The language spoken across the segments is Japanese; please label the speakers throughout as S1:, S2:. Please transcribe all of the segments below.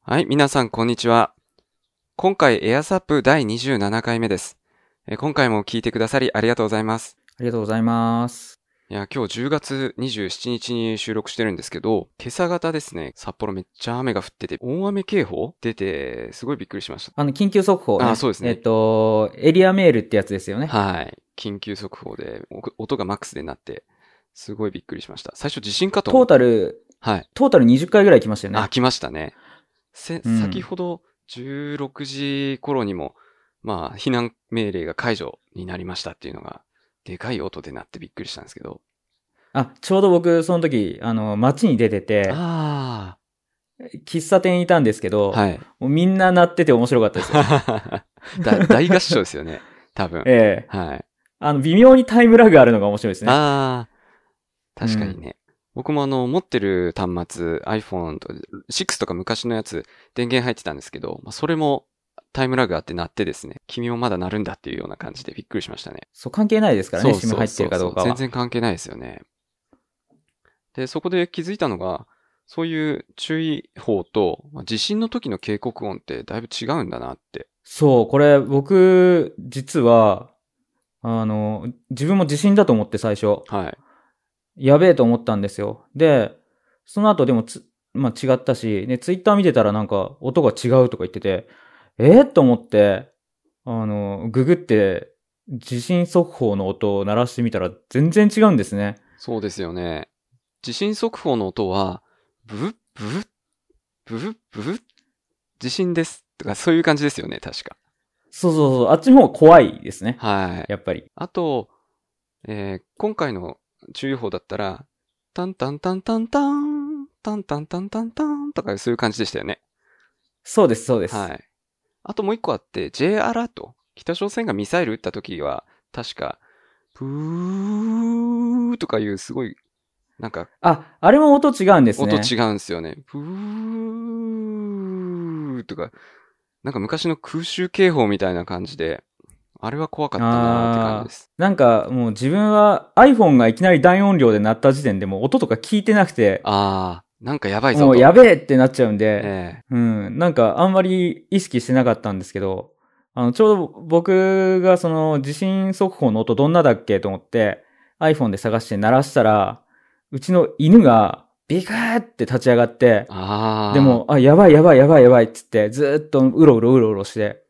S1: はい、皆さん、こんにちは。今回、エアサップ第27回目です。えー今回も聞いてくださりありがとうございます。
S2: ありがとうございます。
S1: いや、今日10月27日に収録してるんですけど、今朝方ですね、札幌めっちゃ雨が降ってて、大雨警報出て、すごいびっくりしまし
S2: あの、緊急速報、ね。
S1: あそうですね
S2: えっ、と、エリアメールってやつですよね。
S1: た。はい。緊急速報で、お音がマックスで鳴って、すごいびっくりしました。最初地震かと
S2: ト
S1: 思
S2: ー
S1: った。
S2: タル、
S1: はい。
S2: トータル20回ぐらい来ましたよね。
S1: あ、来ましたね。せ、
S2: うん
S1: 先ほど16時頃にも、まあ、避難命令が解除になりましたっていうのが、でかい音で鳴ってびっくりしたんですけど。
S2: あ、ちょうど僕、その時、あの、街に出てて、
S1: あ
S2: 喫茶店にいたんですけ
S1: あ、
S2: ど、
S1: はい。
S2: もうみんな鳴ってて面白かったですよ。
S1: だ大合唱ですよね。多分。
S2: ええ
S1: はい。
S2: あの、微妙にタイムラグあるのが面白いですね。
S1: ああ、確かにね。僕もあの、持ってる端末、iPhone と、6とか昔のやつ、電源入ってたんですけど、まあ、それもタイムラグあって鳴ってですね、君もまだ鳴るんだっていうような感じでびっくりしましたね。
S2: そう、関係ないですからね、
S1: そうそう
S2: SIM 入ってるかどうかは。
S1: そうそう全然関係ないですよね。で、そこで気づいたのが、そういう注意報と、まあ地震の時の警告音ってだいぶ違うんだなって。
S2: そう、これ、僕、実は、あの、自分も地震だと思って最初。
S1: はい。
S2: やべえと思ったんですよ。で、その後でもつ、まあ、違ったし、ね、ツイッター見てたらなんか音が違うとか言ってて、えー、と思って、あの、ググって、地震速報の音を鳴らしてみたら全然違うんですね。
S1: そうですよね。地震速報の音は、ブブッブブッブブッブブッ地震です。とか、そういう感じですよね、確か。
S2: そうそうそう、あっちの方が怖いですね。
S1: はい。
S2: やっぱり。
S1: あと、えー今回の注意報だったら、タンタンタンタンタン、タンタンタンタンタンとかそういう感じでしたよね。
S2: そうです、そうです。
S1: はい。あともう一個あって、J アラート。北朝鮮がミサイル撃った時は、確か、プーとかいうすごい、なんか
S2: あ、あれも音違うんですね。
S1: 音違うんですよね。プーとか、なんか昔の空襲警報みたいな感じで、あれは怖かったなって感じです。
S2: なんかもう自分は iPhone がいきなり大音量で鳴った時点でもう音とか聞いてなくて、
S1: あー、なんかやばいぞと。
S2: もうやべえってなっちゃうんで、
S1: え
S2: うん、なんかあんまり意識してなかったんですけど、あの、ちょうど僕がその地震速報の音どんなだっけと思って iPhone で探して鳴らしたら、うちの犬がビクーって立ち上がって
S1: え、あー。
S2: で、も、あ、やばいやばいやばいやばいっつってずーっとうろうろうろうろして、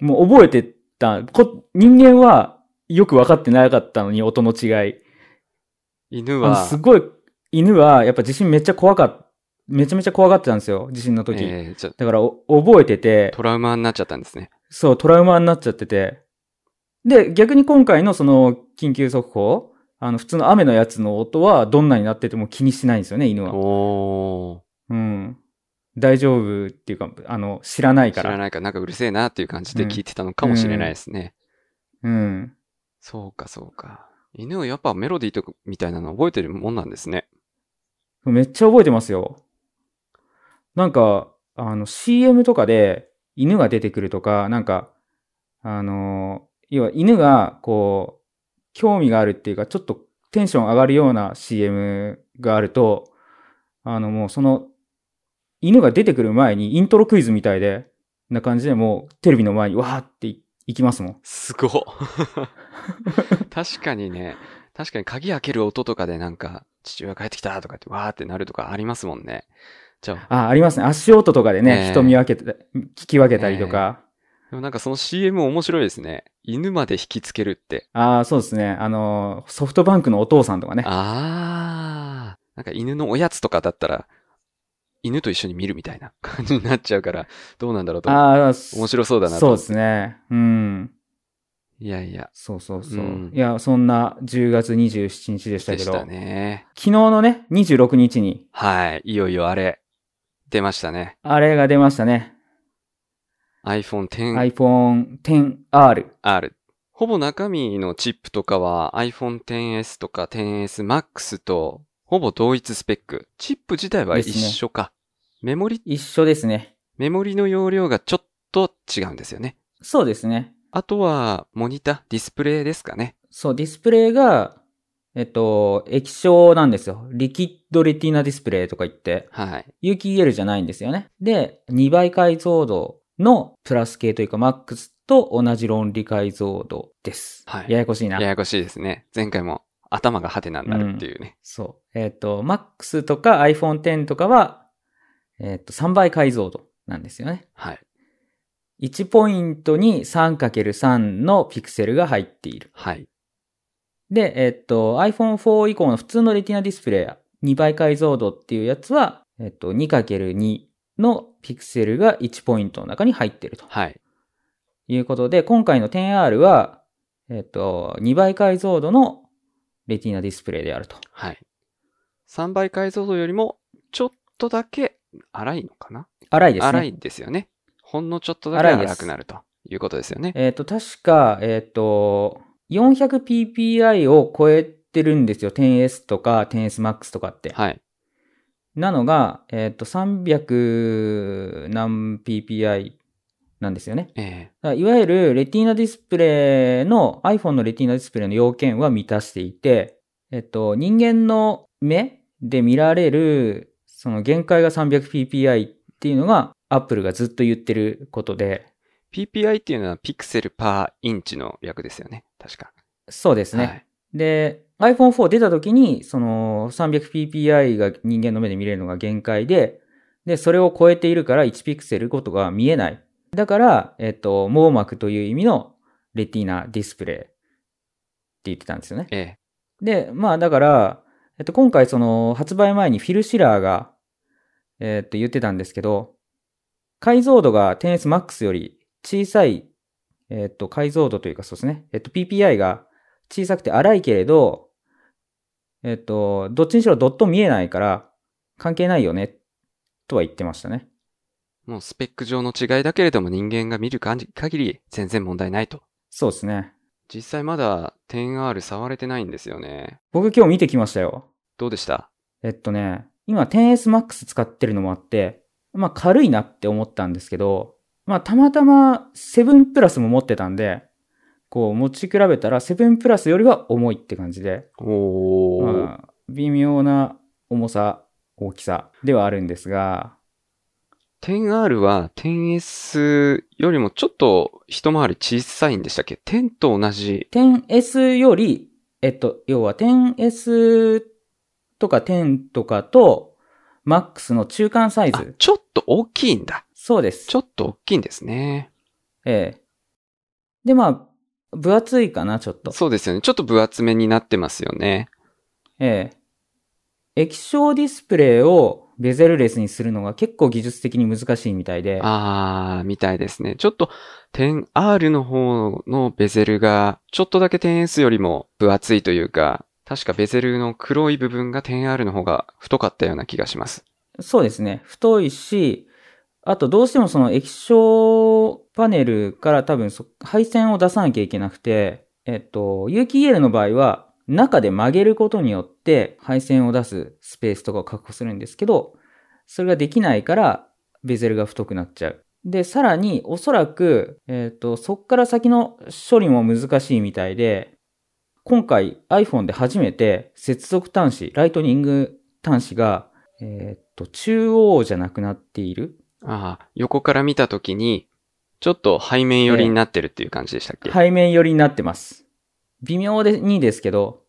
S2: もう覚えてた、こ人間はよくわかってなかったのに音の違い。
S1: 犬
S2: あの
S1: は
S2: す、ごい、犬はやっぱ地震めっちゃ怖かった、めちゃめちゃ怖がってたんですよ、地震の時。
S1: えーじゃ
S2: だからお覚えてて、
S1: トラウマになっちゃったんですね。
S2: そう、トラウマになっちゃってて。で、逆に今回のその緊急速報、あの、普通の雨のやつの音はどんなになってても気にしないんですよね、犬は。
S1: お
S2: うん。大丈夫っていうか、あの、知らない
S1: ー。知
S2: から。
S1: らないから、なんかうるせえなっていう感じで聞いてたのかもしれないですね。
S2: うん。
S1: そうか、そうか。犬はやっぱメロディーとかみたいなの覚えてるもんなんですね。
S2: めっちゃ覚えてますよ。なんか、あの、CM とかで犬が出てくるとか、なんか、あの、要は犬が、こう、興味があるっていうか、ちょっとテンション上がるような CM があると、あの、もうその、犬が出てくる前にイントロクイズみたいで、な感じでもうテレビの前にわーってい行きますもん。
S1: す ごっ確かにね、確かに鍵開ける音とかでなんか、父親帰ってきたとかってわーってなるとかありますもんね。じゃあ、
S2: あ、ありますね。足音とかでね、
S1: ええ
S2: 人見分けて、聞き分けたりとか。
S1: でもなんかその CM 面白いですね。犬まで引きつけるって。
S2: ああ、そうですね。あの、ソフトバンクのお父さんとかね。
S1: あー。なんか犬のおやつとかだったら、犬と一緒に見るみたいな感じになっちゃうから、どうなんだろうと思って。
S2: ああ、
S1: 面白そうだなと
S2: そ
S1: 思っ
S2: うで
S1: て。
S2: すね。うん。
S1: いやいや。
S2: そうそうそ
S1: う
S2: う。
S1: ん
S2: いや、そんな10月27日でした
S1: で
S2: け
S1: し
S2: ど、
S1: たね。
S2: 昨日のね、26日に、
S1: はい。いよいよあれ、出ましたね。
S2: あれが出ましたね。
S1: iPhone XR
S2: iPhone XR。
S1: R。ほぼ中身のチップとかは iPhone XS とか 10S Max とほぼ同一スペック。チップ自体は
S2: です
S1: 一
S2: ね
S1: 緒か。メモリ、
S2: 一緒ですね。
S1: メモリの容量がちょっと違うんですよね。
S2: そうですね。
S1: あとは、モニタ、ディスプレイですかね。
S2: そう、ディスプレイが、えっと、液晶なんですよ。リキッドレティナディスプレイとか言って、
S1: はい。
S2: 有機 EL じゃないんですよね。で、2倍解像度のプラス系というか、マックスと同じ論理解像度です。
S1: はい
S2: ややこしいな
S1: や。やこしいですね。前回も頭がハテナになるっていうね。
S2: そう。えっ、と、MAX とか iPhone X とかは、えっ、と、3倍解像度なんですよね。
S1: はい。
S2: 1ポイントに 3×3 のピクセルが入っている。
S1: はい。
S2: で、えっ、と、iPhone 4以降の普通のレティナディスプレイ、2倍解像度っていうやつは、えっ、と、2×2 のピクセルが1ポイントの中に入っていると
S1: はい。
S2: いうことで、今回の 10R は、えっ、と、2倍解像度のレティナディスプレイであると。
S1: はい。3倍解像度よりも、ちょっとだけ荒いのかな
S2: 荒いですね。
S1: 荒いですよね。ほんのちょっとだけ
S2: 荒いです
S1: 荒くなるということですよね。
S2: えっ、と、確か、えっ、と、400ppi を超えてるんですよ。10S とか 10SMAX とかって。
S1: はい。
S2: なのが、えっ、と、300何 ppi なんですよね。
S1: え
S2: だからいわゆる、レティーナディスプレイの、iPhone のレティーナディスプレイの要件は満たしていて、えっ、と、人間の目で見られる、その限界が 300ppi っていうのが、Apple がずっと言ってることで、
S1: ー PPI っていうのはピクセルパーインチの略ですよね。確か。
S2: そうですね。
S1: はい。
S2: で、iPhone 4出た時に、その 300ppi が人間の目で見れるのが限界で、で、それを超えているから1ピクセルごとが見えない。だから、えっと、網膜という意味のレティーナディスプレイって言ってたんですよね。
S1: ええ
S2: で、まあだから、えっと、今回その発売前にフィル・シラーが、えっと、言ってたんですけど、解像度が 10SMAX より小さい、えっと、解像度というかそうですね、えっと、PPI が小さくて荒いけれど、えっと、どっちにしろドット見えないから関係ないよね、とは言ってましたね。
S1: もうスペック上の違いだけれども人間が見る感じ限り全然問題ないと。
S2: そうですね。
S1: 実際まだ 10R 触れてないんですよね。
S2: 僕今日見てきましたよ。
S1: どうでした
S2: えっとね、今 10SMAX 使ってるのもあって、まあ軽いなって思ったんですけど、まあたまたま7プラスも持ってたんで、こう持ち比べたら7プラスよりは重いって感じで、
S1: おー。
S2: まあ微妙な重さ、大きさではあるんですが、
S1: 10R は 10S よりもちょっと一回り小さいんでしたっけ ?10 と同じ。
S2: 10S より、えっと、要は 10S とか10とかと MAX の中間サイ
S1: あ
S2: ズ。、
S1: ちょっと大きいんだ。
S2: そうです。
S1: ちょっと大きいんですね。
S2: ええ。で、まあ、分厚いかな、ちょっと。
S1: そうですよね。ちょっと分厚めになってますよね。
S2: ええ。液晶ディスプレイをベゼルレスにするのが結構技術的に難しいみたいで、
S1: あー、みたいですね。ちょっと 10R の方のベゼルが、ちょっとだけ 10S よりも分厚いというか、確かベゼルの黒い部分が 10R の方が太かったような気がします。
S2: そうですね。太いし、あとどうしてもその液晶パネルから多分そ配線を出さなきゃいけなくて、えっと、有機 EL の場合は中で曲げることによって配線を出すスペースとかを確保するんですけど、それができないからベゼルが太くなっちゃう。で、さらにおそらく、えっと、そっから先の処理も難しいみたいで、今回 iPhone で初めて接続端子、ライトニング端子がえーっと、中央じゃなくなっている
S1: あー、横から見た時に、ちょっと背面寄りになってるっていう感じでしたっけ、
S2: 背面寄りになってます。微妙でにですけど、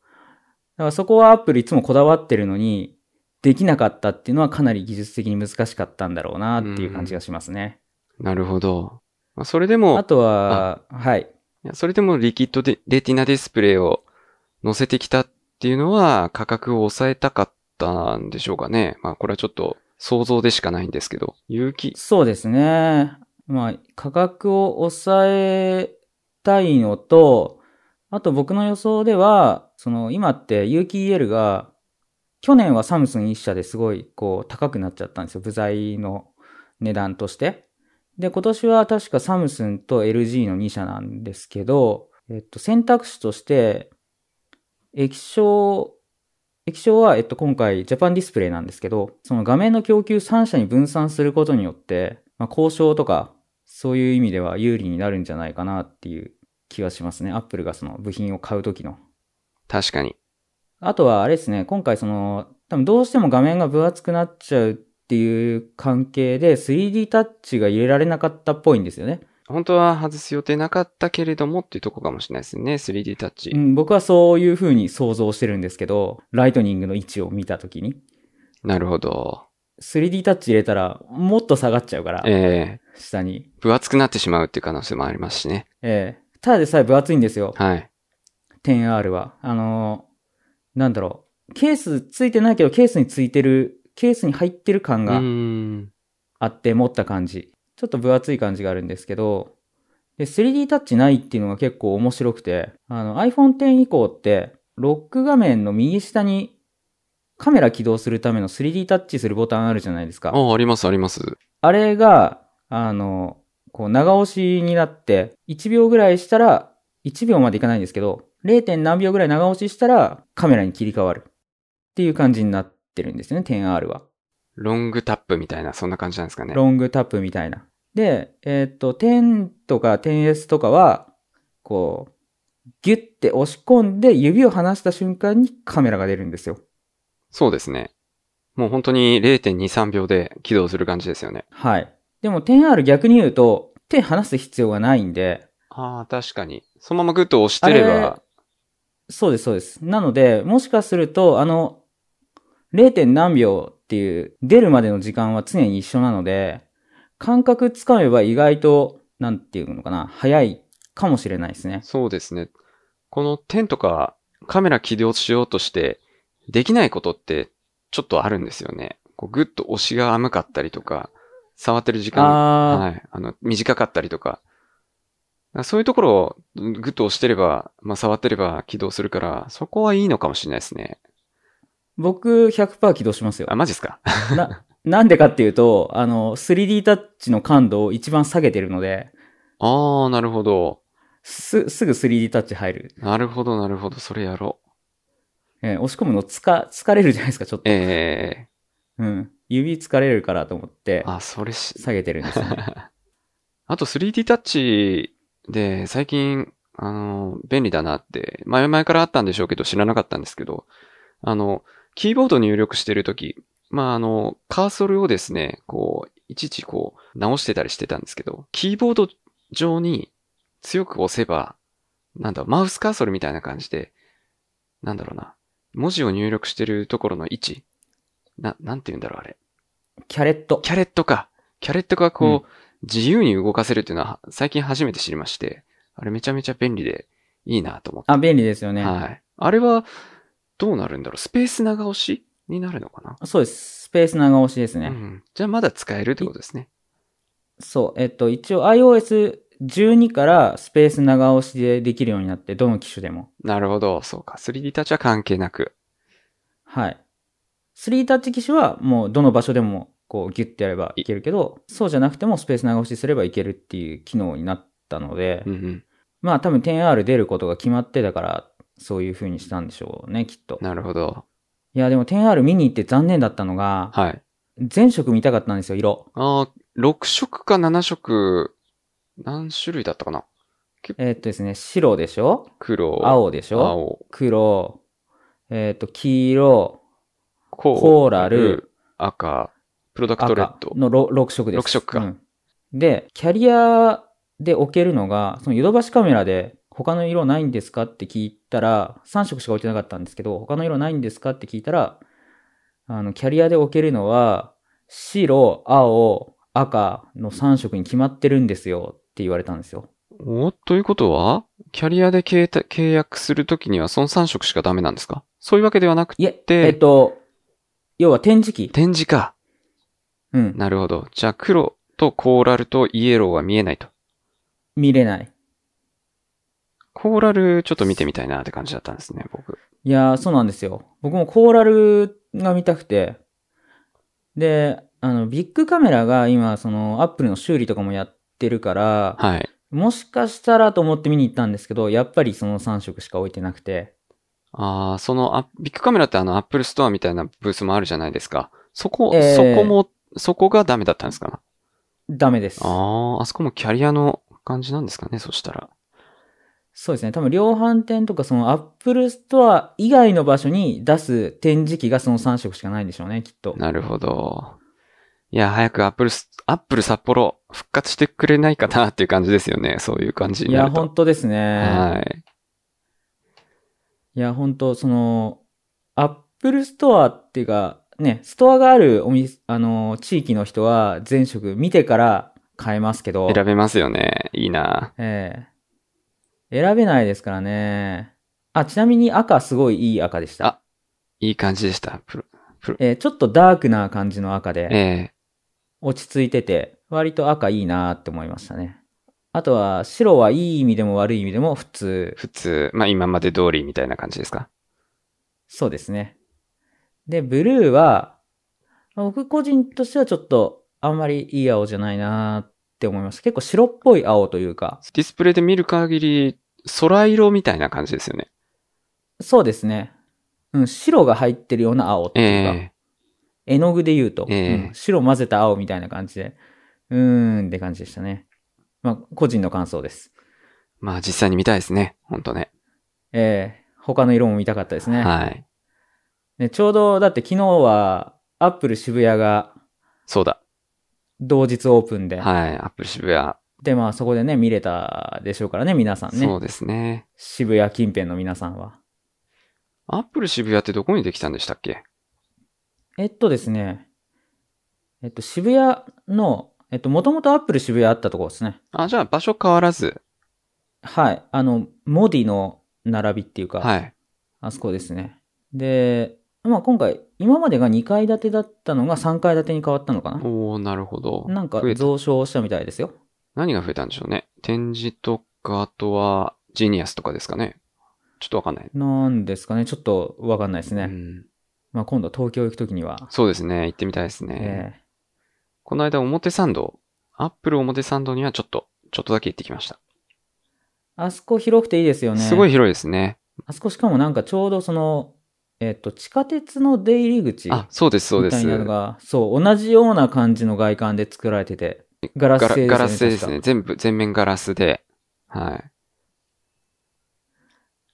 S2: だからそこはアップルいつもこだわってるのに、できなかったっていうのはかなり技術的に難しかったんだろうなっていう感じがしますね。
S1: なるほど。まあ、それで
S2: あ
S1: も、
S2: とは、はい。
S1: いやそれでもリキッドでレティナディスプレイを乗せてきたっていうのは価格を抑えたかったんでしょうかね。まあこれはちょっと想像でしかないんですけど。有機、
S2: そうですね。まあ、価格を抑えたいのと、あと僕の予想では、その今って有機 EL が、去年はサムスン一社ですごいこう高くなっちゃったんですよ。部材の値段として。で、今年は確かサムスンと LG の2社なんですけど、えっと、選択肢として、液晶、液晶は、えっと、今回、ジャパンディスプレイなんですけど、その画面の供給3社に分散することによって、まあ、交渉とか、そういう意味では有利になるんじゃないかなっていう気はしますね。アップルがその部品を買うときの。
S1: 確かに。
S2: あとはあれですね、今回その、多分どうしても画面が分厚くなっちゃうっていう関係で 3D タッチが入れられなかったっぽいんですよね。
S1: 本当は外す予定なかったけれどもっていうとこかもしれないですね。3D タッチ。
S2: うん、僕はそういう風に想像してるんですけど、ライトニングの位置を見たときに、
S1: なるほど。
S2: 3D タッチ入れたらもっと下がっちゃうから、
S1: ええ
S2: 下に。
S1: 分厚くなってしまうっていう可能性もありますしね。
S2: ええただでさえ分厚いんですよ、
S1: はい。
S2: 10R は。あのーなんだろう。ケースついてないけど、ケースについてる、ケースに入ってる感
S1: うー
S2: が
S1: ん。
S2: あって持った感じ。ちょっと分厚い感じがあるんですけど、で、3D タッチないっていうのが結構面白くて、あの iPhone X 以降って、ロック画面の右下にカメラ起動するための 3D タッチするボタンあるじゃないですか。
S1: あ、あります、あります。
S2: あれが、あの、こう長押しになって、1秒ぐらいしたら、1秒までいかないんですけど、0. 何秒ぐらい長押ししたらカメラに切り替わる。っていう感じになってるんですよね、10R は。
S1: ロングタップみたいな、そんな感じなんですかね。
S2: ロングタップみたいな。で、えーっと、10とか 10S とかは、こう、ギュッて押し込んで指を離した瞬間にカメラが出るんですよ。
S1: そうですね。もう本当に0.2、3秒で起動する感じですよね。
S2: はい。でも 10R 逆に言うと、手離す必要がないんで、
S1: ああ、確かに。そのままグッと押してれば、
S2: そうです、そうです。なので、もしかすると、あの、0. 何秒っていう、出るまでの時間は常に一緒なので、感覚つかめば意外と、なんていうのかな、早いかもしれないですね。
S1: そうですね。この点とかカメラ起動しようとしてできないことってちょっとあるんですよね。こうグッと押しが甘かったりとか、触ってる時間、
S2: あー、
S1: はい、あの、短かったりとか。だからそういうところをグッと押してれば、まあ、触ってれば起動するから、そこはいいのかもしれないですね。
S2: 僕100%起動しますよ
S1: あ、。マジです か
S2: な、なんでかっていうと、あの、3D タッチの感度を一番下げてるので、
S1: ああ、なるほど。
S2: す、すぐ 3D タッチ入る。
S1: なるほど、なるほど。それやろう。
S2: えー押し込むのつか、疲れるじゃないですか、ちょっと。
S1: え
S2: うん。指疲れるからと思って
S1: え、あ、それし、
S2: 下げてるんですよね。
S1: あと 3D タッチで最近、あの、便利だなって、前々からあったんでしょうけど知らなかったんですけど、あの、キーボード入力してるとき、まあ、あの、カーソルをですね、こう、いちいちこう、直してたりしてたんですけど、キーボード上に強く押せば、なんだ、マウスカーソルみたいな感じで、なんだろうな、文字を入力してるところの位置、な、なんて言うんだろう、あれ。
S2: キャレット。
S1: キャレットか。キャレットがこう、自由に動かせるっていうのは最近初めて知りまして、あれめちゃめちゃ便利でいいなと思って。
S2: あ、便利ですよね。
S1: はい。あれは、どうなるんだろうスペース長押しになるのかな、
S2: そうです。スペース長押しですね。
S1: うん。じゃあまだ使えるってことですね。
S2: そう。えっと、一応 iOS12 からスペース長押しでできるようになって、どの機種でも。
S1: なるほど。そうか。3D タッチは関係なく。
S2: はい。3タッチ機種はもうどの場所でもこうギュッてやればいけるけど、そうじゃなくてもスペース長押しすればいけるっていう機能になったので、
S1: うんうん。
S2: まあ多分 10R 出ることが決まってたから、そういう風にしたんでしょうね、きっと。
S1: なるほど。
S2: いや、でも 10R 見に行って残念だったのが、
S1: はい。
S2: 全色見たかったんですよ、色。
S1: ああ、6色か7色、何種類だったかな
S2: えーっとですね、白でしょ
S1: 黒。
S2: 青でしょ
S1: 青。
S2: 黒、えーっと、黄色、
S1: コ
S2: コーラル、
S1: 赤、プロダクトレッ
S2: 赤
S1: ド。
S2: の 6, 色です。
S1: 六色か
S2: うんで、キャリアで置けるのが、そのヨドバシカメラで他の色ないんですかって聞いたら、3色しか置いてなかったんですけど、他の色ないんですかって聞いたら、あの、キャリアで置けるのは、白、青、赤の3色に決まってるんですよって言われたんですよ。
S1: おということは、キャリアで契約契約するときにはその3色しかダメなんですかそういうわけではなく
S2: いえ、
S1: で
S2: えっと、要は展示機。
S1: 展示か。
S2: うん。
S1: なるほど。じゃあ黒とコーラルとイエローは見えないと。
S2: 見れない。
S1: コーラルちょっと見てみたいなって感じだったんですね、僕。
S2: いやー、そうなんですよ。僕もコーラルが見たくて。で、あの、ビッグカメラが今、その、アップルの修理とかもやってるから、
S1: はい。
S2: もしかしたらと思って見に行ったんですけど、やっぱりその3色しか置いてなくて。
S1: ああ、そのあ、ビッグカメラってあのアップルストアみたいなブースもあるじゃないですか。そこ、
S2: ええ
S1: そこも、そこがダメだったんですかな。
S2: ダメです。
S1: ああ、あそこもキャリアの感じなんですかね、そしたら。
S2: そうですね。多分量販店とかその Apple Store 以外の場所に出す展示機がその3色しかないんでしょうね、きっと。
S1: なるほど。いや、早くアップルス、アップル札幌復活してくれないかなっていう感じですよね。そういう感じ
S2: い
S1: にな
S2: や、
S1: ると。
S2: 本当ですね。
S1: はい。
S2: いや、本当その、アップルストアっていうか、ね、ストアがあるお店、あの、地域の人は全色見てから買えますけど、
S1: 選べますよね。いいな。
S2: ええ選べないですからね。あ、ちなみに赤すごいいい赤でした。
S1: あいい感じでした。プロ
S2: えーちょっとダークな感じの赤で、
S1: え
S2: 落ち着いてて、割と赤いいなって思いましたね。あとは、白はいい意味でも悪い意味でも普通
S1: え。普通、まあ今まで通りみたいな感じですか。
S2: そうですね。で、ブルーは、僕個人としてはちょっとあんまりいい青じゃないなーって思いました。結構白っぽい青というか、
S1: ディスプレイで見る限り、空色みたいな感じですよね。
S2: そうですね。うん、白が入ってるような青っていうか、
S1: え
S2: 絵の具で言うと、
S1: ええ
S2: うん白混ぜた青みたいな感じで、うーんって感じでしたね。まあ、個人の感想です。
S1: えまあ実際に見たいですね。ほんとね。
S2: えー、他の色も見たかったですね。
S1: はい。
S2: ねちょうど、だって昨日は、アップル渋谷が
S1: そうだ。
S2: 同日オープンで、
S1: はい。アップル渋谷。
S2: で、まあそこでね、見れたでしょうからね、皆さん
S1: そ
S2: ね
S1: う。ですね。
S2: 渋谷近辺の皆さんは。
S1: アップル渋谷ってどこにできたんでしたっけ
S2: えっとですね、えっと、渋谷の、えっと、もともとアップル渋谷あったところですね。
S1: あ、じゃあ場所変わらず。
S2: はい。あの、モディの並びっていうか、
S1: はい。
S2: あそこですね。で、まあ今回、今までが2階建てだったのが3階建てに変わったのかな
S1: おー、なるほど。
S2: なんか
S1: 増えた
S2: 増床したみたいですよ。
S1: 何が増えたんでしょうね。展示とか、あとは、ジニアスとかですかね。ちょっとわかんない。
S2: なんですかね、ちょっとわかんないですね。
S1: うん、
S2: まあ今度東京行くときには、
S1: そうですね。行ってみたいですね。
S2: ええ
S1: この間、表参道。アップル表参道にはちょっと、ちょっとだけ行ってきました。
S2: あそこ広くていいですよね。
S1: すごい広いですね。
S2: あそこしかもなんかちょうどその、えっ、と、地下鉄の出入り口み
S1: あ、そうです、そうで
S2: たい
S1: す。
S2: なの
S1: ガラ
S2: が、そう、同じような感じの外観で作られてて、ガラス製ですよね。
S1: ガラス製です
S2: 確
S1: ね。
S2: か。
S1: 全部、全面ガラスで。はい。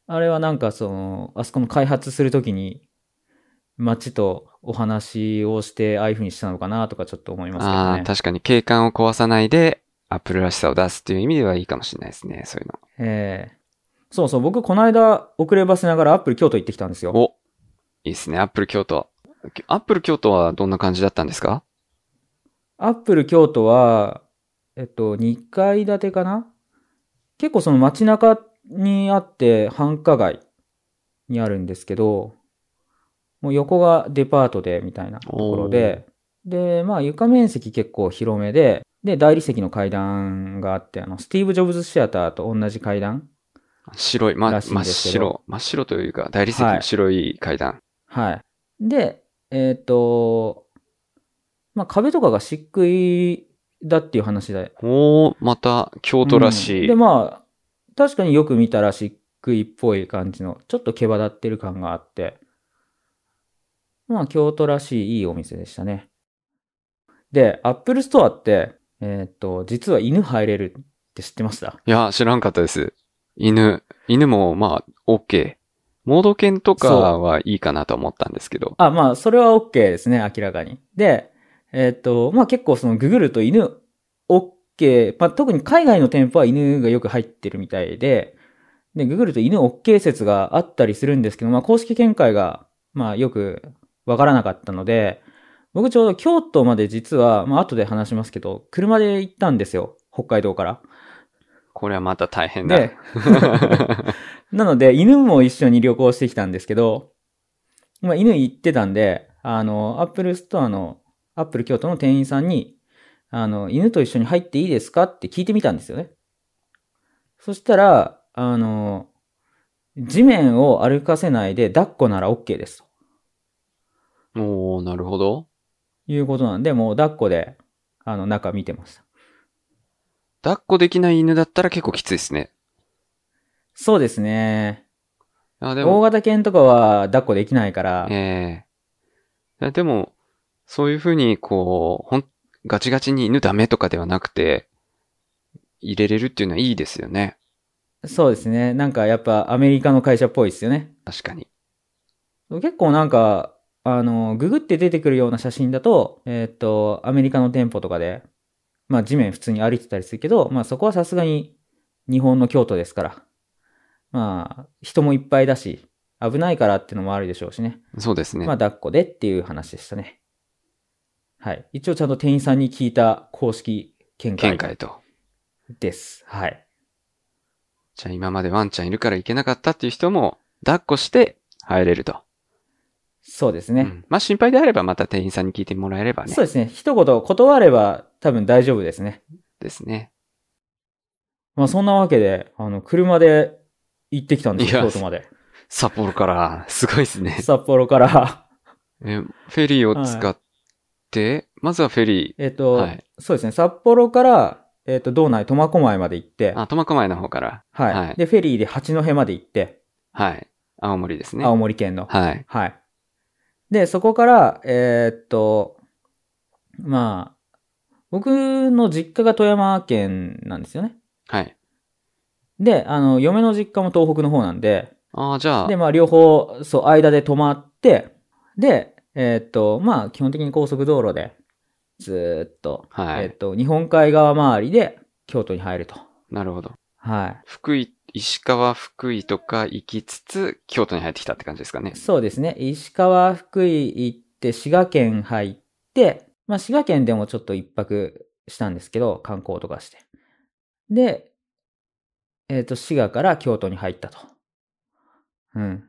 S2: あれはなんかその、あそこの開発するときに、街とお話をして、ああいう風にしたのかなとかちょっと思いますけど
S1: ああ
S2: ね
S1: ー、。確かに景観を壊さないで、アップルらしさを出すっていう意味ではいいかもしれないですね。そういう
S2: ええそうそう、僕この間遅ればせながらアップル京都行ってきたんですよ。
S1: の。おいいですね。アップル京都。アップル京都はどんな感じだったんですか
S2: アップル京都は、えっと、2階建てかな結構その街中にあって繁華街にあるんですけど、もう横がデパートでみたいなところで、で、まあ床面積結構広めで、で、大理石の階段があって、あの、スティーブ・ジョブズシアターと同じ階段
S1: 白い、ま、
S2: らしい
S1: 真
S2: ん
S1: っ
S2: ですけど
S1: 白。真っ白というか、大理石の白い階段。
S2: はい。で、えっ、と、まあ壁とかが漆喰だっていう話で、
S1: おー、また京都らし
S2: うん
S1: い。
S2: で、まあ、確かによく見たら漆喰っぽい感じの、ちょっと毛羽立ってる感があって、まあ、京都らしいいいお店でしたね。で、アップルストアって、えーっと、実は犬入れるって知ってました
S1: いや、知らんかったです。犬。犬も、まあ、OK。モード犬とかはいいかなと思ったんですけど。
S2: あ、まあ、それは OK ですね、明らかに。で、えーっと、まあ結構そのググると犬 OK、まあ特に海外の店舗は犬がよく入ってるみたいで、で、ググると犬 OK 説があったりするんですけど、まあ公式見解が、まあよくわからなかったので、僕ちょうど京都まで実は、まあ後で話しますけど、車で行ったんですよ、北海道から。
S1: これはまた大変だ。
S2: で、 なので、犬も一緒に旅行してきたんですけど、まあ、犬行ってたんで、あの、アップルストアの、アップル京都の店員さんに、あの、犬と一緒に入っていいですかって聞いてみたんですよね。そしたら、あの、地面を歩かせないで抱っこなら OK ですと
S1: おー、なるほど。
S2: いうことなんで、もう抱っこで、あの、中見てました。
S1: 抱っこできない犬だったら結構きついですね。
S2: そうですね。
S1: あ、で
S2: 大
S1: も、
S2: 型犬とかは抱っこできないから、
S1: ええでも、そういうふうに、こう、ほん、ガチガチに犬ダメとかではなくて、入れれるっていうのはいいですよね。
S2: そうですね。なんかやっぱアメリカの会社っぽいですよね。
S1: 確かに。
S2: 結構なんか、あの、ググって出てくるような写真だと、えーっと、アメリカの店舗とかで、まあ地面普通に歩いてたりするけど、まあそこはさすがに日本の京都ですから。まあ、人もいっぱいだし、危ないからってのもあるでしょうしね。
S1: そうですね。
S2: まあ、抱っこでっていう話でしたね。はい。一応ちゃんと店員さんに聞いた公式見
S1: 見
S2: 解
S1: 解と。
S2: です。はい。
S1: じゃあ今までワンちゃんいるから行けなかったっていう人も、抱っこして入れると。
S2: そうですね。
S1: うんまあ心配であればまた店員さんに聞いてもらえればね。
S2: そうですね。一言断れば多分大丈夫ですね。
S1: ですね。
S2: まあそんなわけで、あの、車で行ってきたんですよ、
S1: いや
S2: 京都まで。
S1: 札幌から、すごいですね。
S2: 札幌から。
S1: えフェリーを使って、まずはフェリ
S2: えっと、
S1: はい
S2: そうですね。札幌から、えっと、道内苫小牧まで行って
S1: ー、、あ、苫小牧の方から、
S2: はい、
S1: はい
S2: で、フェリーで八戸まで行って、
S1: はい。青森ですね。
S2: 青森県の。
S1: はい。
S2: はい。で、そこから、えーっと、まあ、僕の実家が富山県なんですよね。
S1: はい。
S2: で、あの、嫁の実家も東北の方なんで、
S1: ああ、じゃあ
S2: で、、まあ、両方、そう、間で泊まって、で、えーっと、まあ、基本的に高速道路で、ずーっと、
S1: は
S2: えーっ
S1: い。
S2: と、日本海側周りで、京都に入ると。
S1: なるほど。
S2: は
S1: 福井、石川、福井とか行きつつ、京都に入ってきたって感じですかね
S2: い。。そうですね。石川、福井行って、滋賀県入って、まあ、滋賀県でもちょっと一泊したんですけど、観光とかして。で、えーっと、滋賀から京都に入ったと。うん。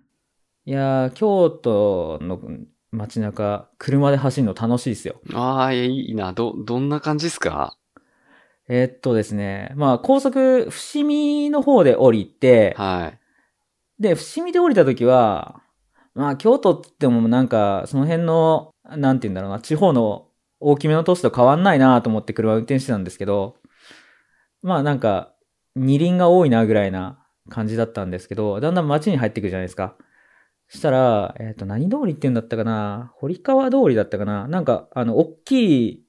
S2: いやー、京都の街中、車で走るの楽しいですよ。
S1: ああ、いやいいな。ど、どんな感じですか
S2: えーっとですね、まあ高速、伏見の方で降りて、
S1: はい。
S2: で、伏見で降りた時は、まあ京都って言ってもなんか、その辺の、なんて言うんだろうな、地方の大きめの都市と変わんないなと思って車運転してたんですけど、まあなんか、二輪が多いなぐらいな感じだったんですけど、だんだん街に入ってくるじゃないですか。そしたら、えっ、と、何通りって言うんだったかな堀川通りだったかななんか、あの、大きい、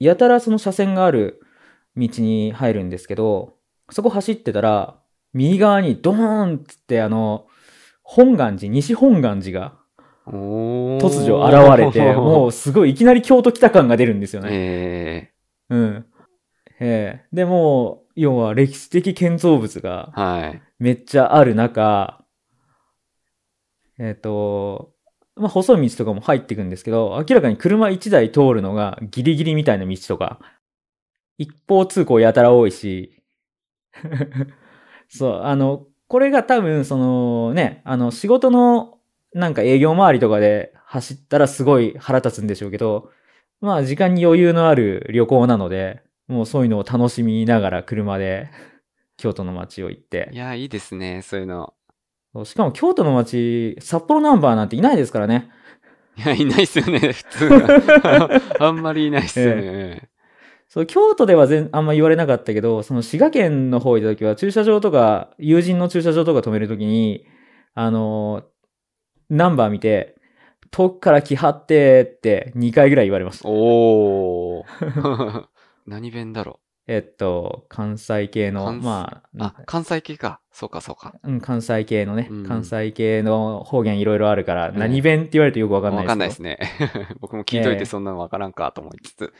S2: やたらその車線がある道に入るんですけど、そこ走ってたら、右側にドーンっつって、あの、本願寺、西本願寺が
S1: おー
S2: 突如現 れて、もうすごいいきなり京都来た感が出るんですよね。
S1: え
S2: うん。ええでもう、要は歴史的建造物
S1: え
S2: が
S1: はい。
S2: めっちゃある中、えっ、と、まあ、細い道とかも入っていくんですけど、明らかに車1台通るのがギリギリみたいな道とか、一方通行やたら多いし、 そう、あの、これが多分、そのね、あの、仕事のなんか営業回りとかで走ったらすごい腹立つんでしょうけど、まあ時間に余裕のある旅行なので、もうそういうのを楽しみながら車で京都の街を行って
S1: い。や、いいですね。そういうの。
S2: そうしかも京都の街、札幌ナンバーなんていないですからね。
S1: いや、いないっすよね。 普通 は。あんまりいないっすよね。
S2: そう、京都では全あんま言われなかったけど、その滋賀県の方行った時は駐車場とか、友人の駐車場とか止めるときに、あのーナンバー見て、遠くから来はってって2回ぐらい言われました。
S1: おお。 何弁だろ
S2: えっと、関西系の、
S1: 関西
S2: ま
S1: う。
S2: あ、
S1: あ、関西系か。そうか、そうか。
S2: うん、関西系のね、
S1: うん
S2: 関西系の方言いろいろあるから、
S1: うん
S2: 何弁って言われるとよくわかんない
S1: わ
S2: ですけ
S1: か
S2: ど。
S1: んないですね。 僕も聞いとい
S2: ええ
S1: てそんなのわからんかと思いつつ。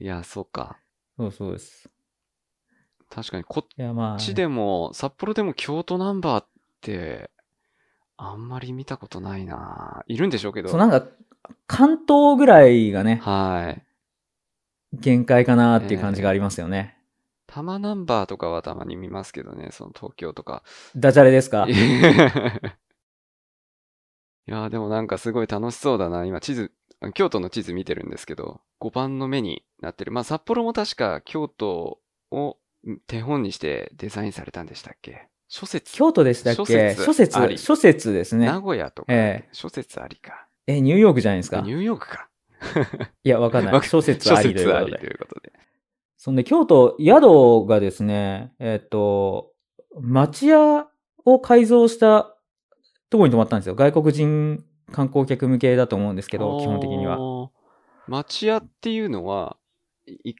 S1: いや、そうか。
S2: そうそうです。
S1: 確かに、こ
S2: いや、まあ、
S1: っちでも、札幌でも京都ナンバーって、あんまり見たことないないるんでしょうけど。
S2: そう、なんか、関東ぐらいがね、
S1: はい。
S2: 限界かなっていう感じがありますよね。
S1: 多摩ナンバーとかはたまに見ますけどね、その東京とか。
S2: ダジャレですか
S1: いやー、でもなんかすごい楽しそうだな。今地図、京都の地図見てるんですけど、5番の目になってる。まあ札幌も確か京都をん手本にしてデザインされたんでしたっけ諸説、
S2: 京都でしたっ
S1: 諸
S2: け
S1: 説
S2: 諸説
S1: あり
S2: 諸説ですね
S1: 名。古屋とか、
S2: え
S1: 諸説ありか。
S2: え、ニューヨークじゃないですか
S1: ニ。ューヨークか。
S2: いや、わかんな
S1: わ
S2: い。
S1: かん
S2: 諸説
S1: 諸
S2: ありという
S1: 説あ
S2: こ
S1: り
S2: と
S1: と
S2: で。
S1: いうことで。
S2: そんで、京都、宿がですね、えっと、町屋を改造したところに泊まったんですよ。外国人観光客向けだと思うんですけど、基本的には。
S1: は。町屋っていうのは、いい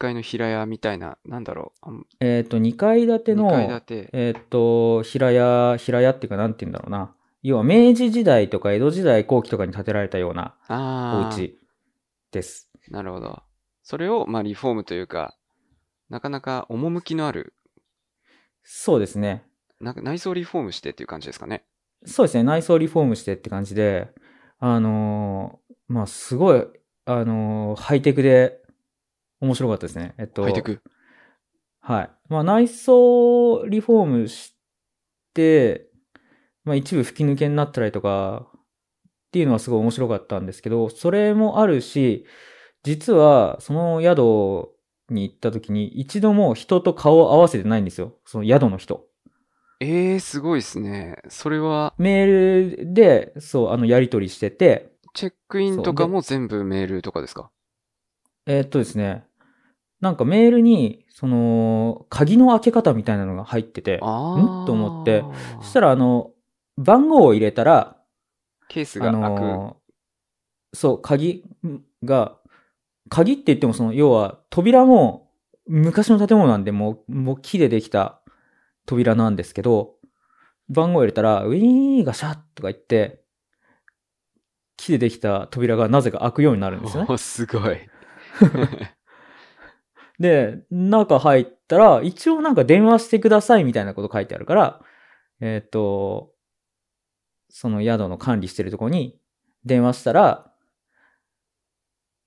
S1: 階の平屋みたいな、なんだろうあん、
S2: えっ、と、2階建て
S1: 2
S2: の、
S1: 階建て。
S2: えーっと、平屋、平屋っていうか、なんて言うんだろうな。要は、明治時代とか江戸時代後期とかに建てられたようなお
S1: ああ、
S2: 家です。
S1: なるほど。それを、まあ、リフォームというか、なかなか趣のある、
S2: そうですね。
S1: なんか内装リフォームしてっていう感じですかね。
S2: そうですね。内装リフォームしてって感じで、あのーまあ、すごい、あのーハイテクで面白かったですね。えっと、
S1: ハイテク。
S2: はい。まあ、内装リフォームして、まあ、一部吹き抜けになったりとか、っていうのはすごい面白かったんですけど、それもあるし、実は、その宿に行った時に、一度も人と顔を合わせてないんですよ。その宿の人。
S1: ええー、すごいですね。それは、
S2: メールで、そう、あの、やり取りしてて、
S1: チェックインとかも全部メールとかですか
S2: えーっとですね、なんかメールに、その、鍵の開け方みたいなのが入ってて、
S1: ああ。
S2: んと思って、そした
S1: ら、
S2: ら、あの、番号を入れたら、
S1: ケース
S2: あ
S1: が開く。
S2: のーそう、鍵が、鍵って言ってもその、要は扉も昔の建物なんで、もう、もう木でできた扉なんですけど、番号入れたら、ウィーンガシャッとか言って、木でできた扉がなぜか開くようになるんですよね。
S1: おーすごい。
S2: で、中入ったら、一応なんか電話してくださいみたいなこと書いてあるから、えっ、と、その宿の管理してるとこに電話したら、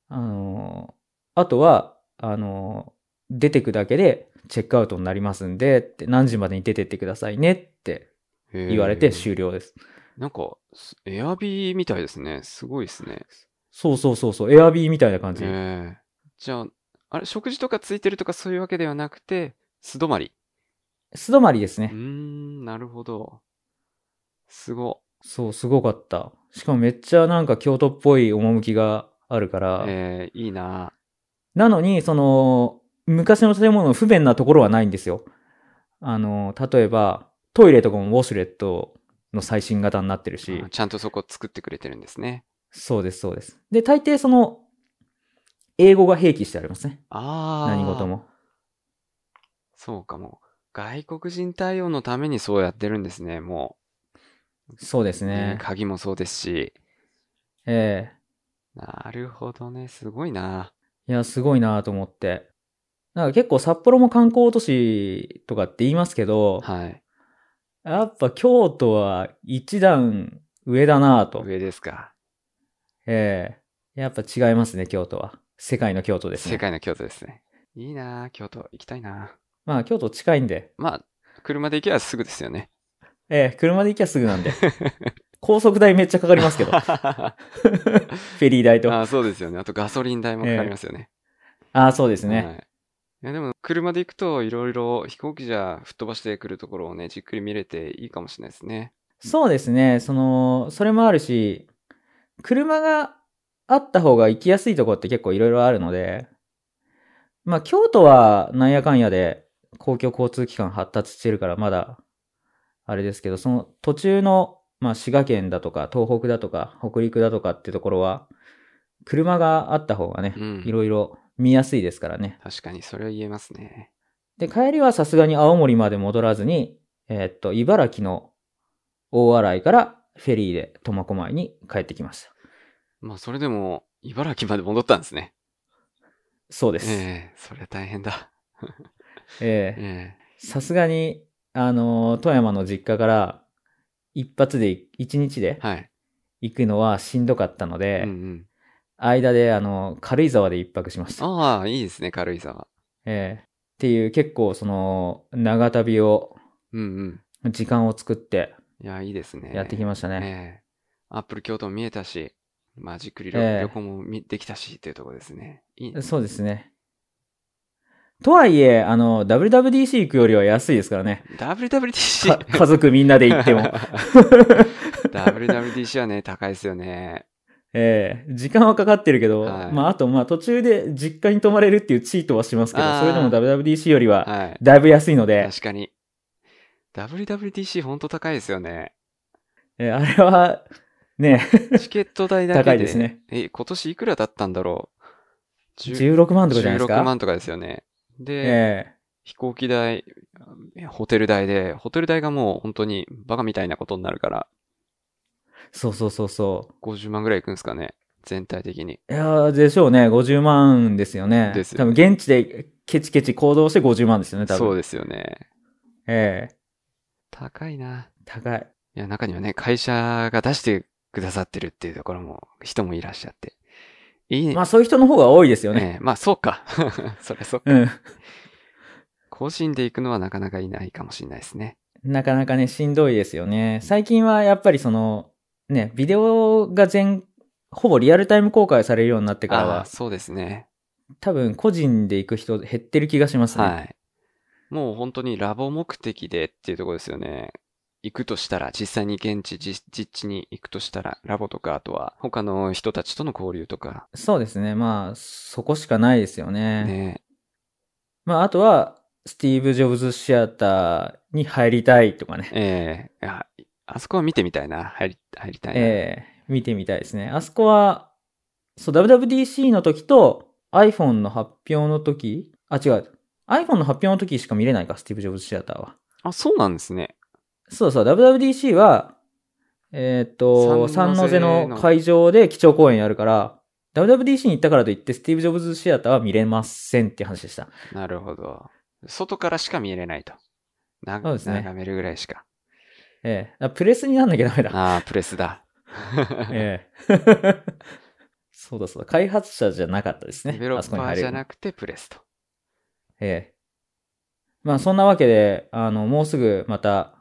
S2: あの、あとは、あの、出てくだけでチェックアウトになりますんで、って何時までに出てってくださいねって言われて
S1: へー
S2: 終了です。
S1: なんか、すエアビーみたいですね。すごいですね。
S2: そうそうそうそう、エアビーみたいな感じ。
S1: ええじゃあ、あれ、食事とかついてるとかそういうわけではなくて、素泊まり。
S2: 素泊まりです
S1: うー
S2: ね。
S1: ん、なるほど。すご。
S2: そう、すごかった。しかもめっちゃなんか京都っぽい趣があるから、
S1: ええいいな
S2: なのに、その、昔の建物の不便なところはないんですよ。あの、例えば、トイレとかもウォシュレットの最新型になってるし
S1: あ。、ちゃんとそこ作ってくれてるんですね。
S2: そうです、そうです。で、大抵その、英語が併記してありますね。
S1: ああ。
S2: 何事。も。
S1: そうかも。外国人対応のためにそうやってるんですね、も
S2: そうです
S1: う。
S2: ね。
S1: 鍵もそうですし。
S2: ええ
S1: なるほどね。すごいない
S2: や、すごいなと思って。なんか結構札幌も観光都市とかって言いますけど、
S1: はい。
S2: やっぱ京都は一段上だなと。
S1: 上ですか。
S2: ええやっぱ違いますね、京都は。世界の京都ですね。
S1: 世界の京都ですね。いいなあ京都。行きたいな
S2: まあ、京都近いんで。
S1: まあ、車で行けばすぐですよね。
S2: ええ車で行きゃすぐな んで。高速代めっちゃかかりますけど。フ
S1: あ
S2: ェリー代と。あ
S1: あ、そうですよね。あとガソリン代もかかりますよね。
S2: あー、そうです
S1: はい
S2: ね。、
S1: いやでも、車で行くといろいろ飛行機じゃ吹っ飛ばしてくるところをね、じっくり見れていいかもしれないですね。
S2: そうですね。その、それもあるし、車があった方が行きやすいとこって結構いろいろあるので、まあ、京都はなんやかんやで公共交通機関発達してるからまだ、あれですけど、その途中の、まあ、滋賀県だとか、東北だとか、北陸だとかってところは、車があった方がね、
S1: うん
S2: いろいろ見やすいですからね。
S1: 確かに、それは言えますね。
S2: で、帰りはさすがに青森まで戻らずに、えーっと、茨城の大洗からフェリーで苫小牧に帰ってきました。
S1: まあ、それでも、茨城まで戻ったんですね。
S2: そうです。え
S1: ええそれ大変だ。
S2: え
S1: え
S2: さすがに、あのー富山の実家から一発でい、一日
S1: え
S2: で
S1: はい。
S2: 行くのはしんどかったので、
S1: うんうん。
S2: 間で、あのー軽井沢で一泊しました。
S1: ああ、いいですね、軽井沢。
S2: ええっていう結構その、長旅を、
S1: うんうん。
S2: 時間を作って
S1: いや、いいですね。
S2: やってきましたね。
S1: ええアップル京都も見えたし、まあ、じっくり旅,、
S2: ええ
S1: 旅行も見できたし、というところですね。いいね
S2: そうですね。とはいえ、あの、WWDC 行くよりは安いですからね。か
S1: WWDC!
S2: 家族みんなで行っ ても。
S1: WWDC はね、高いですよね。
S2: ええ時間はかかってるけど、
S1: はい
S2: まあ、あと、まあ、途中で実家に泊まれるっていうチートはしますけど、
S1: あー
S2: それでも WWDC よりは、
S1: はい。
S2: だいぶ安いので、
S1: 確かに。WWDC ほんと高いですよね。
S2: えーあれは、ね、
S1: チケット代だけで。
S2: 高いですね。
S1: え、今年いくらだったんだろ10
S2: 16万とかじゃないですか。
S1: 16万とかですよね。で、
S2: ええ
S1: 飛行機代、ホテル代で、ホテル代がもう本当にバカみたいなことになるから、
S2: そうそうそうそ
S1: 50万ぐらいいくんですかね。全体的に。
S2: う。いやーでしょうね。50万ですよね。
S1: ですよ
S2: 多
S1: ね
S2: 分現地でケチケチ行動して50万ですよね、多分。
S1: そう
S2: です。
S1: ですよね。
S2: ええ
S1: 高いな。
S2: 高い。
S1: いや、中にはね、会社が出してくださってるっていうところも、人もいらっしゃって。いいね。
S2: まあそういう人の方が多いですよね。
S1: ええまあ、そうか。 それそう。
S2: うん。
S1: 個人で行くのはなかなかいないかもしれないですね。
S2: なかなかね、しんどいですよね。最近はやっぱりその、ね、ビデオが全、ほぼリアルタイム公開されるようになってから
S1: ああー、
S2: は、
S1: そうですね。
S2: 多分個人で行く人減ってる気がしますね。
S1: はい。もう本当にラボ目的でっていうところですよね。行くとしたら、実際に現地、実実地に行くとしたら、ラボとか、あとは他の人たちとの交流とか、
S2: そうですね。まあ、そこしかないですよね。
S1: ね。
S2: まあ、あとは、スティーブ・ジョブズ・シアターに入りたいとかね。
S1: ええああそこは見てみたいな。入り、入りたいな。
S2: ええ見てみたいですね。あそこは、そう、WWDC の時と iPhone の発表の時、あ、違う。iPhone の発表の時しか見れないか、スティーブ・ジョブズ・シアターは。
S1: あ、そうなんですね。
S2: そうそう、WWDC は、えーっと、
S1: 三
S2: 三
S1: ノ
S2: ノ
S1: 瀬
S2: 瀬
S1: の
S2: の会場で基調講演やるから、WWDC に行ったからといって、スティーブ・ジョブズ・シアターは見れませんっていう話でした。
S1: なるほど。外からしか見れないと。な
S2: そうですね
S1: 眺めるぐらいしか。
S2: ええあプレスになんなきゃダメだ。
S1: ああ、プレスだ。
S2: ええ そうだそうだ。開発者じゃなかった ですね。
S1: デベロッ
S2: あそ
S1: パ
S2: こに
S1: ー
S2: 入れ
S1: じ
S2: る
S1: ゃ
S2: の
S1: なくてプレスと。
S2: ええまあ、そんなわけで、あの、もうすぐまた、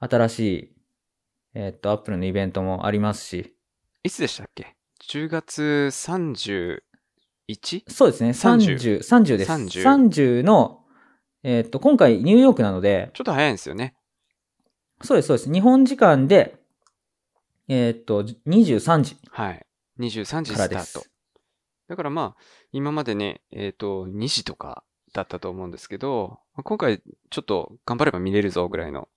S2: 新しい、えーっと、アップルのイベントもありますし、
S1: いつでしたっけ ?10 月 31?
S2: そうですね。
S1: 30
S2: 30、30です。
S1: 30
S2: 30, の、えーっと、今回ニューヨークなので、
S1: ちょっと早いんですよね。
S2: そうです、そうです。日本時間で、えーっと、23時
S1: はい。23時
S2: から
S1: ス
S2: で
S1: ター
S2: す
S1: ト。。だからまあ、今までね、えっ、と、2時とかだったと思うんですけど、まあ今回ちょっと頑張れば見れるぞぐらいの。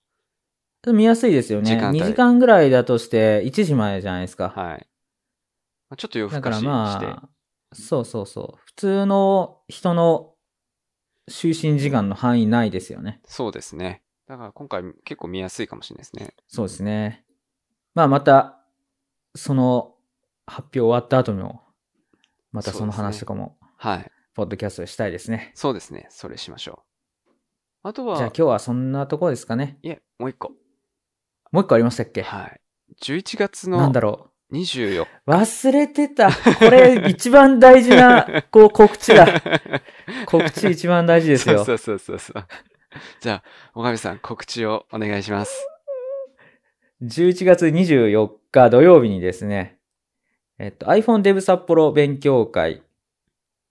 S2: 見やすいですよ
S1: 時
S2: ね。
S1: 間帯
S2: 2時間ぐらいだとして、1時前じゃないですか。
S1: はい。まあ、ちょっと夜更
S2: だ
S1: か
S2: か
S1: し
S2: ら
S1: して。
S2: まあ、そうそうそう。普通の人の就寝時間の範囲内ですよね。
S1: そうですね。だから今回結構見やすいかもしれないですね。
S2: そうですね。まあまた、その発表終わった後にも、またその話とかも、
S1: はい。
S2: ポッドキャストでしたいですね。
S1: そうですね。それしましょう。あと
S2: じゃ
S1: は、
S2: あ今日はそんなところですかね。
S1: いえ、もう一個。
S2: もう一個ありましたっけ
S1: はい。11月
S2: な
S1: の
S2: んだろ
S1: 24
S2: う。忘れてた。これ一番大事な、こう告知 だ。告知一番大事ですよ。
S1: そうそうそうそうそう。じゃあ、おかみさん、告知をお願いします。
S2: 11月24日土曜日にですね、えっと、iPhone Dev 札幌勉強会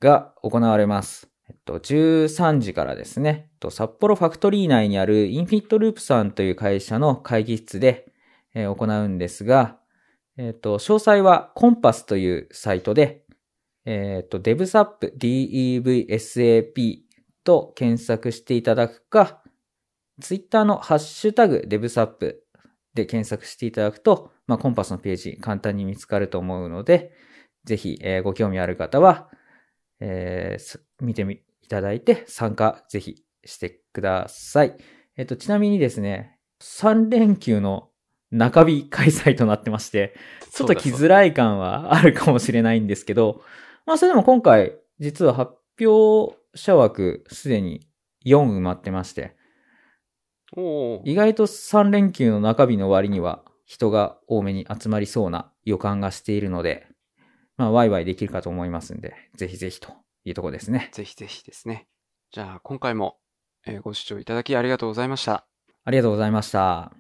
S2: が行われます。えっと、13時からですね、えっと札幌ファクトリー内にあるインフィットループさんという会社の会議室で、えー行うんですが、えっと、詳細はコンパスというサイトで、えっと、DevSap、DEVSAP と検索していただくか、Twitter のハッシュタグ DevSap で検索していただくと、まあ、コンパスのページ簡単に見つかると思うので、ぜひ、えーご興味ある方は、えーす見てみいただいて参加ぜひしてください。えっ、と、ちなみにですね、3連休の中日開催となってまして、ちょっと
S1: そ
S2: 来
S1: うだそう
S2: づらい感はあるかもしれないんですけど、まあそれでも今回、実は発表者枠すでに4埋まってまして、
S1: だおー
S2: 意外と3連休の中日の割には人が多めに集まりそうな予感がしているので、まあワイワイできるかと思いますんで、ぜひぜひというとこですね。
S1: ぜひぜひですね。じゃあ、今回も、えーご視聴いただきありがとうございました。
S2: ありがとうございました。